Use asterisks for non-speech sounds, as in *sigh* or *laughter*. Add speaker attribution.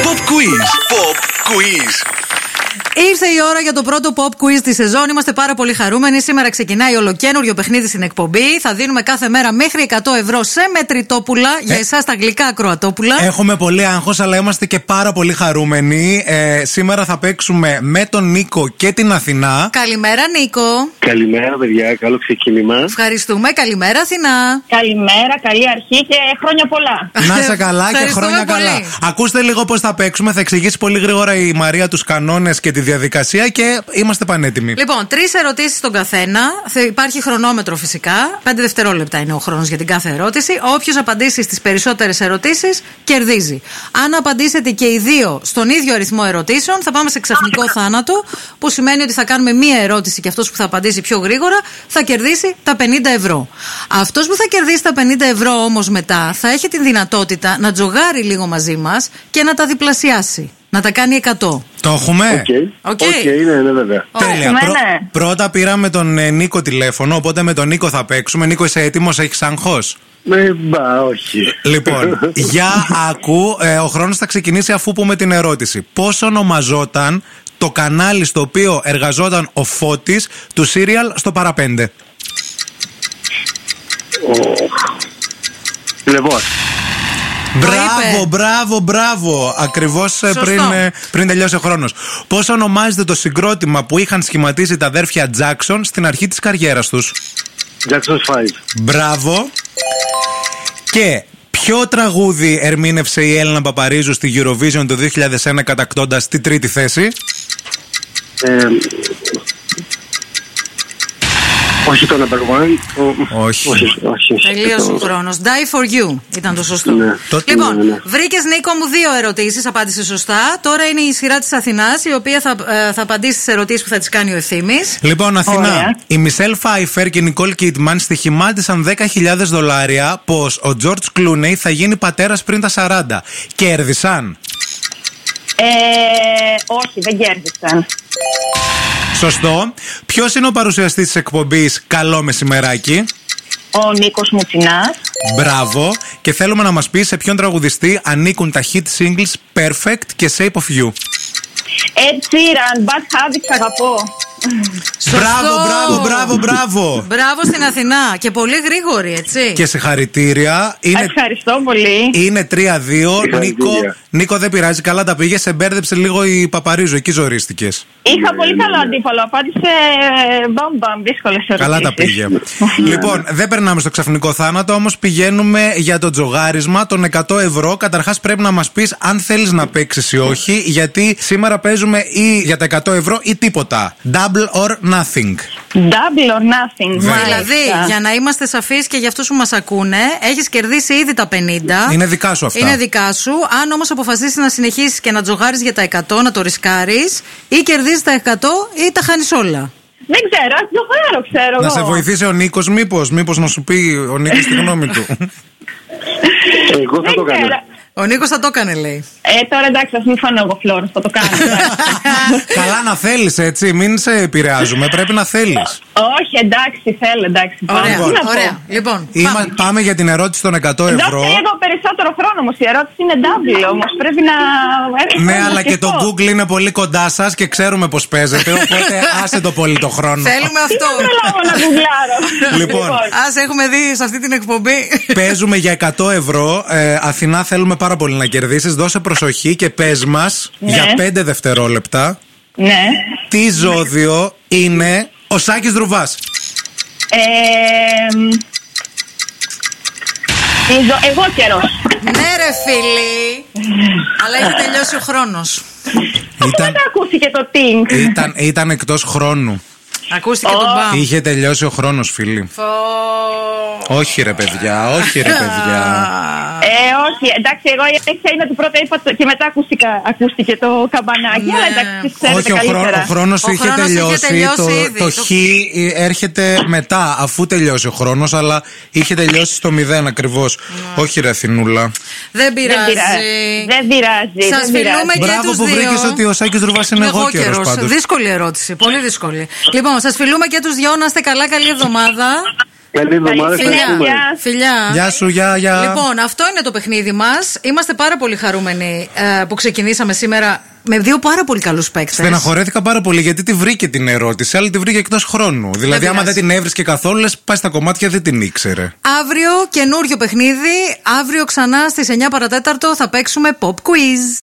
Speaker 1: quiz. Pop quiz.
Speaker 2: Ήρθε η ώρα για το πρώτο pop quiz της σεζόν. Είμαστε πάρα πολύ χαρούμενοι. Σήμερα ξεκινάει ολοκένουργιο παιχνίδι στην εκπομπή. Θα δίνουμε κάθε μέρα μέχρι 100 ευρώ σε μετρητόπουλα για εσάς τα γλυκά ακροατόπουλα.
Speaker 3: Έχουμε πολύ άγχος αλλά είμαστε και πάρα πολύ χαρούμενοι. Ε, σήμερα θα παίξουμε με τον Νίκο και την Αθηνά.
Speaker 2: Καλημέρα, Νίκο.
Speaker 4: Καλημέρα, παιδιά. Καλό ξεκίνημα.
Speaker 2: Ευχαριστούμε. Καλημέρα, Αθηνά.
Speaker 5: Καλημέρα, καλή αρχή και χρόνια πολλά.
Speaker 2: *laughs*
Speaker 3: Να είσαι καλά και
Speaker 2: Ευχαριστούμε
Speaker 3: χρόνια
Speaker 2: πολύ.
Speaker 3: καλά. Ακούστε λίγο πώς θα παίξουμε. Θα εξηγήσει πολύ γρήγορα η Μαρία τους κανόνες και τη διαδικασία και είμαστε πανέτοιμοι.
Speaker 2: Λοιπόν, τρεις ερωτήσεις στον καθένα. Θα υπάρχει χρονόμετρο φυσικά. Πέντε δευτερόλεπτα είναι ο χρόνος για την κάθε ερώτηση. Όποιος απαντήσει στις περισσότερες ερωτήσεις κερδίζει. Αν απαντήσετε και οι δύο στον ίδιο αριθμό ερωτήσεων, θα πάμε σε ξαφνικό θάνατο, που σημαίνει ότι θα κάνουμε μία ερώτηση και αυτός που θα απαντήσει πιο γρήγορα θα κερδίσει τα 50 ευρώ. Αυτός που θα κερδίσει τα 50 ευρώ όμως μετά θα έχει τη δυνατότητα να τζογάρει λίγο μαζί μας και να τα διπλασιάσει. Να τα κάνει 100.
Speaker 3: Το έχουμε.
Speaker 4: Οκ.
Speaker 2: Οκ.
Speaker 4: Οκ, ναι, ναι, βέβαια.
Speaker 3: Τέλεια.
Speaker 5: Ναι,
Speaker 3: Πρω-
Speaker 5: ναι.
Speaker 3: Πρώτα πήραμε τον ε, Νίκο τηλέφωνο, οπότε με τον Νίκο θα παίξουμε. Νίκο, είσαι έτοιμος, έχεις άγχος.
Speaker 4: Ναι, μπα, όχι.
Speaker 3: Λοιπόν,
Speaker 4: *laughs*
Speaker 3: για ακού, ε, ο χρόνος θα ξεκινήσει αφού πούμε την ερώτηση. Πώς ονομαζόταν το κανάλι στο οποίο εργαζόταν ο Φώτης του Σύριαλ στο παραπέντε.
Speaker 4: Λοιπόν,
Speaker 3: Μπράβο,
Speaker 2: είπε.
Speaker 3: μπράβο, μπράβο. Ακριβώς
Speaker 2: Σωστό.
Speaker 3: πριν, ε, πριν τελειώσει ο χρόνος. Πώς ονομάζεται το συγκρότημα που είχαν σχηματίσει τα αδέρφια Τζάξον στην αρχή της καριέρας τους.
Speaker 4: Jackson 5.
Speaker 3: Μπράβο. Και ποιο τραγούδι ερμήνευσε η Έλληνα Παπαρίζου στη Eurovision το 2001 κατακτώντας τη τρίτη θέση.
Speaker 4: Ε, όχι το number one. Ο-
Speaker 3: Όχι.
Speaker 4: όχι, όχι, Ε, όχι.
Speaker 2: Τελείωσε
Speaker 4: Το-
Speaker 2: ο χρόνος. Die for you ήταν το σωστό.
Speaker 4: Ναι. Το-
Speaker 2: Λοιπόν,
Speaker 4: ναι, ναι.
Speaker 2: βρήκες Νίκο μου δύο ερωτήσεις, απάντησε σωστά. Τώρα είναι η σειρά της Αθηνάς, η οποία θα, ε, θα απαντήσει στις ερωτήσεις που θα τις κάνει ο ευθύνη.
Speaker 3: Λοιπόν, Αθηνά,
Speaker 5: Ωραία.
Speaker 3: η Μισελ Φάιφερ και η Νικόλ Κίτμαν στοιχημάτισαν 10.000 δολάρια πως ο Τζορτ Κλούνεϊ θα γίνει πατέρας πριν τα 40. Κέρδισαν.
Speaker 5: Ε, όχι, δεν κέρδισαν.
Speaker 3: Σωστό. Ποιος είναι ο παρουσιαστής της εκπομπής Καλό μεσημεράκι.
Speaker 5: Ο Νίκος Μουτσινάς,
Speaker 3: Μπράβο. Και θέλουμε να μας πεις σε ποιον τραγουδιστή ανήκουν τα hit singles Perfect και Shape of You.
Speaker 5: Ed Sheeran, Bad Habits, αγαπώ.
Speaker 2: Σωστό.
Speaker 3: Μπράβο, μπράβο, μπράβο, μπράβο.
Speaker 2: Μπράβο στην Αθηνά και πολύ γρήγορη, έτσι.
Speaker 3: και συγχαρητήρια. Είναι,
Speaker 5: Ευχαριστώ πολύ.
Speaker 3: είναι 3-2. Νίκο,
Speaker 4: Συγχαρητήρια.
Speaker 3: Νίκο, δεν πειράζει. Καλά τα πήγες. Σε μπέρδεψε λίγο η Παπαρίζου. Εκεί ζωρίστηκε.
Speaker 5: Είχα πολύ καλό αντίπαλο. Απάντησε ε, μπαμ μπαμ, δύσκολες ερωτήσεις.
Speaker 3: Καλά τα πήγε. λοιπόν, δεν περνάμε στο ξαφνικό θάνατο, όμως πηγαίνουμε για το τζογάρισμα των 100 ευρώ. Καταρχάς, πρέπει να μας πεις αν θέλεις να παίξεις ή όχι, γιατί σήμερα παίζουμε ή για τα 100 ευρώ ή τίποτα. Double or nothing.
Speaker 5: Double or nothing.
Speaker 3: Βέβαια.
Speaker 2: Δηλαδή, για να είμαστε σαφείς και για αυτούς που μας ακούνε, έχεις κερδίσει ήδη τα 50.
Speaker 3: Είναι δικά σου αυτά.
Speaker 2: Είναι δικά σου. Αν όμως αποφασίσεις να συνεχίσεις και να τζογάρεις για τα 100, να το ρισκάρεις, ή κερδίζεις τα 100 ή τα χάνεις όλα.
Speaker 5: Δεν ξέρω, ας το πάρω, ξέρω
Speaker 3: Να
Speaker 5: εγώ.
Speaker 3: σε βοηθήσει ο Νίκος, μήπως μήπως να σου πει ο Νίκος τη γνώμη του.
Speaker 4: Εγώ θα
Speaker 5: Δεν
Speaker 4: το κάνω.
Speaker 5: ξέρω.
Speaker 2: Ο Νίκος θα το έκανε, λέει.
Speaker 5: Ε, τώρα εντάξει, ας μην φανώ εγώ φλόρος, θα το
Speaker 3: *laughs*
Speaker 5: κάνω. εντάξει.
Speaker 3: Καλά να θέλεις, έτσι. Μην σε επηρεάζουμε. Πρέπει να θέλεις.
Speaker 5: Όχι, εντάξει, θέλω, εντάξει. πάμε.
Speaker 2: Ωραία,
Speaker 5: Τι να πω.
Speaker 2: ωραία. Λοιπόν,
Speaker 3: Πάμε.
Speaker 2: πάμε.
Speaker 3: για την ερώτηση των 100 ευρώ.
Speaker 5: Δώστε λίγο περισσότερο χρόνο όμως. Η ερώτηση είναι double όμως. Πρέπει να.
Speaker 3: Ναι, αλλά και το Google είναι πολύ κοντά σας και ξέρουμε πώς παίζετε. Οπότε
Speaker 5: *laughs*
Speaker 3: άσε το πολύ το χρόνο.
Speaker 2: Θέλουμε
Speaker 5: Τι
Speaker 2: αυτό.
Speaker 5: να προλάβω να γκουγκλάρω.
Speaker 3: *laughs* Λοιπόν.
Speaker 2: Ας έχουμε δει σε αυτή την εκπομπή.
Speaker 3: Παίζουμε για 100 ευρώ. Ε, Αθηνά, θέλουμε πάρα πολύ να κερδίσεις. Δώσε προσοχή και πες μας
Speaker 5: Ναι.
Speaker 3: για 5 δευτερόλεπτα
Speaker 5: Ναι.
Speaker 3: τι ζώδιο είναι ο Σάκης Δρουβάς.
Speaker 5: Ε, μ, η ζω- Εγώ καιρός.
Speaker 2: ναι, ρε φίλοι. αλλά έχει τελειώσει ο χρόνος.
Speaker 5: Αφού δεν
Speaker 3: Ήταν,
Speaker 5: τα ακούστηκε το τίνγκ.
Speaker 3: ήταν, ήταν εκτός χρόνου.
Speaker 2: Ακούστηκε τον μπαμ.
Speaker 3: Είχε τελειώσει ο χρόνος, φίλοι.
Speaker 2: Φω.
Speaker 3: Όχι ρε παιδιά, όχι ρε παιδιά.
Speaker 5: Ε, όχι, εντάξει, εγώ η αλήθεια είναι ότι πρώτα είπα το, και μετά ακούστηκα, ακούστηκε το καμπανάκι.
Speaker 2: Ναι.
Speaker 5: Αλλά εντάξει, τις ξέρετε
Speaker 3: Όχι, ο, χρόνο
Speaker 5: καλύτερα.
Speaker 3: ο χρόνος
Speaker 2: Ο
Speaker 3: είχε
Speaker 2: χρόνος είχε
Speaker 3: τελειώσει.
Speaker 2: τελειώσει
Speaker 3: το
Speaker 2: ήδη.
Speaker 3: το
Speaker 2: Το-
Speaker 3: χ έρχεται μετά, αφού τελειώσει ο χρόνος, αλλά είχε τελειώσει στο μηδέν ακριβώς.
Speaker 2: Ναι.
Speaker 3: Όχι, ρε Αθηνούλα.
Speaker 2: Δεν
Speaker 5: Δεν
Speaker 2: πειράζει.
Speaker 5: πειράζει. Δεν πειράζει.
Speaker 2: Σας
Speaker 5: δεν πειράζει.
Speaker 2: φιλούμε και
Speaker 3: Μπράβο
Speaker 2: τους
Speaker 3: που
Speaker 2: δύο.
Speaker 3: βρήκες ότι ο Σάκης Ρουβά είναι εγώ καιρό
Speaker 2: καιρός.
Speaker 3: πάντως.
Speaker 2: Δύσκολη ερώτηση. Πολύ δύσκολη. Λοιπόν, σας φιλούμε και τους δυο. Να είστε καλά. Καλή εβδομάδα.
Speaker 4: Καλή εβδομάδα.
Speaker 5: Καλή συνέχεια.
Speaker 4: Ευχαριστούμε.
Speaker 5: Γεια.
Speaker 2: Φιλιά.
Speaker 3: Ε, Γεια σου, γεια, γεια.
Speaker 2: Λοιπόν, αυτό είναι το παιχνίδι μας. Είμαστε πάρα πολύ χαρούμενοι ε, που ξεκινήσαμε σήμερα με δύο πάρα πολύ καλούς παίκτες.
Speaker 3: Στεναχωρέθηκα πάρα πολύ γιατί τη βρήκε την ερώτηση, αλλά τη βρήκε εκτός χρόνου. Δηλαδή, άμα δεν
Speaker 2: πειράζει.
Speaker 3: την έβρισκε καθόλου, λες πάει στα κομμάτια, δεν την ήξερε.
Speaker 2: Αύριο καινούριο παιχνίδι. Αύριο ξανά στις 9 παρατέταρτο θα παίξουμε pop quiz.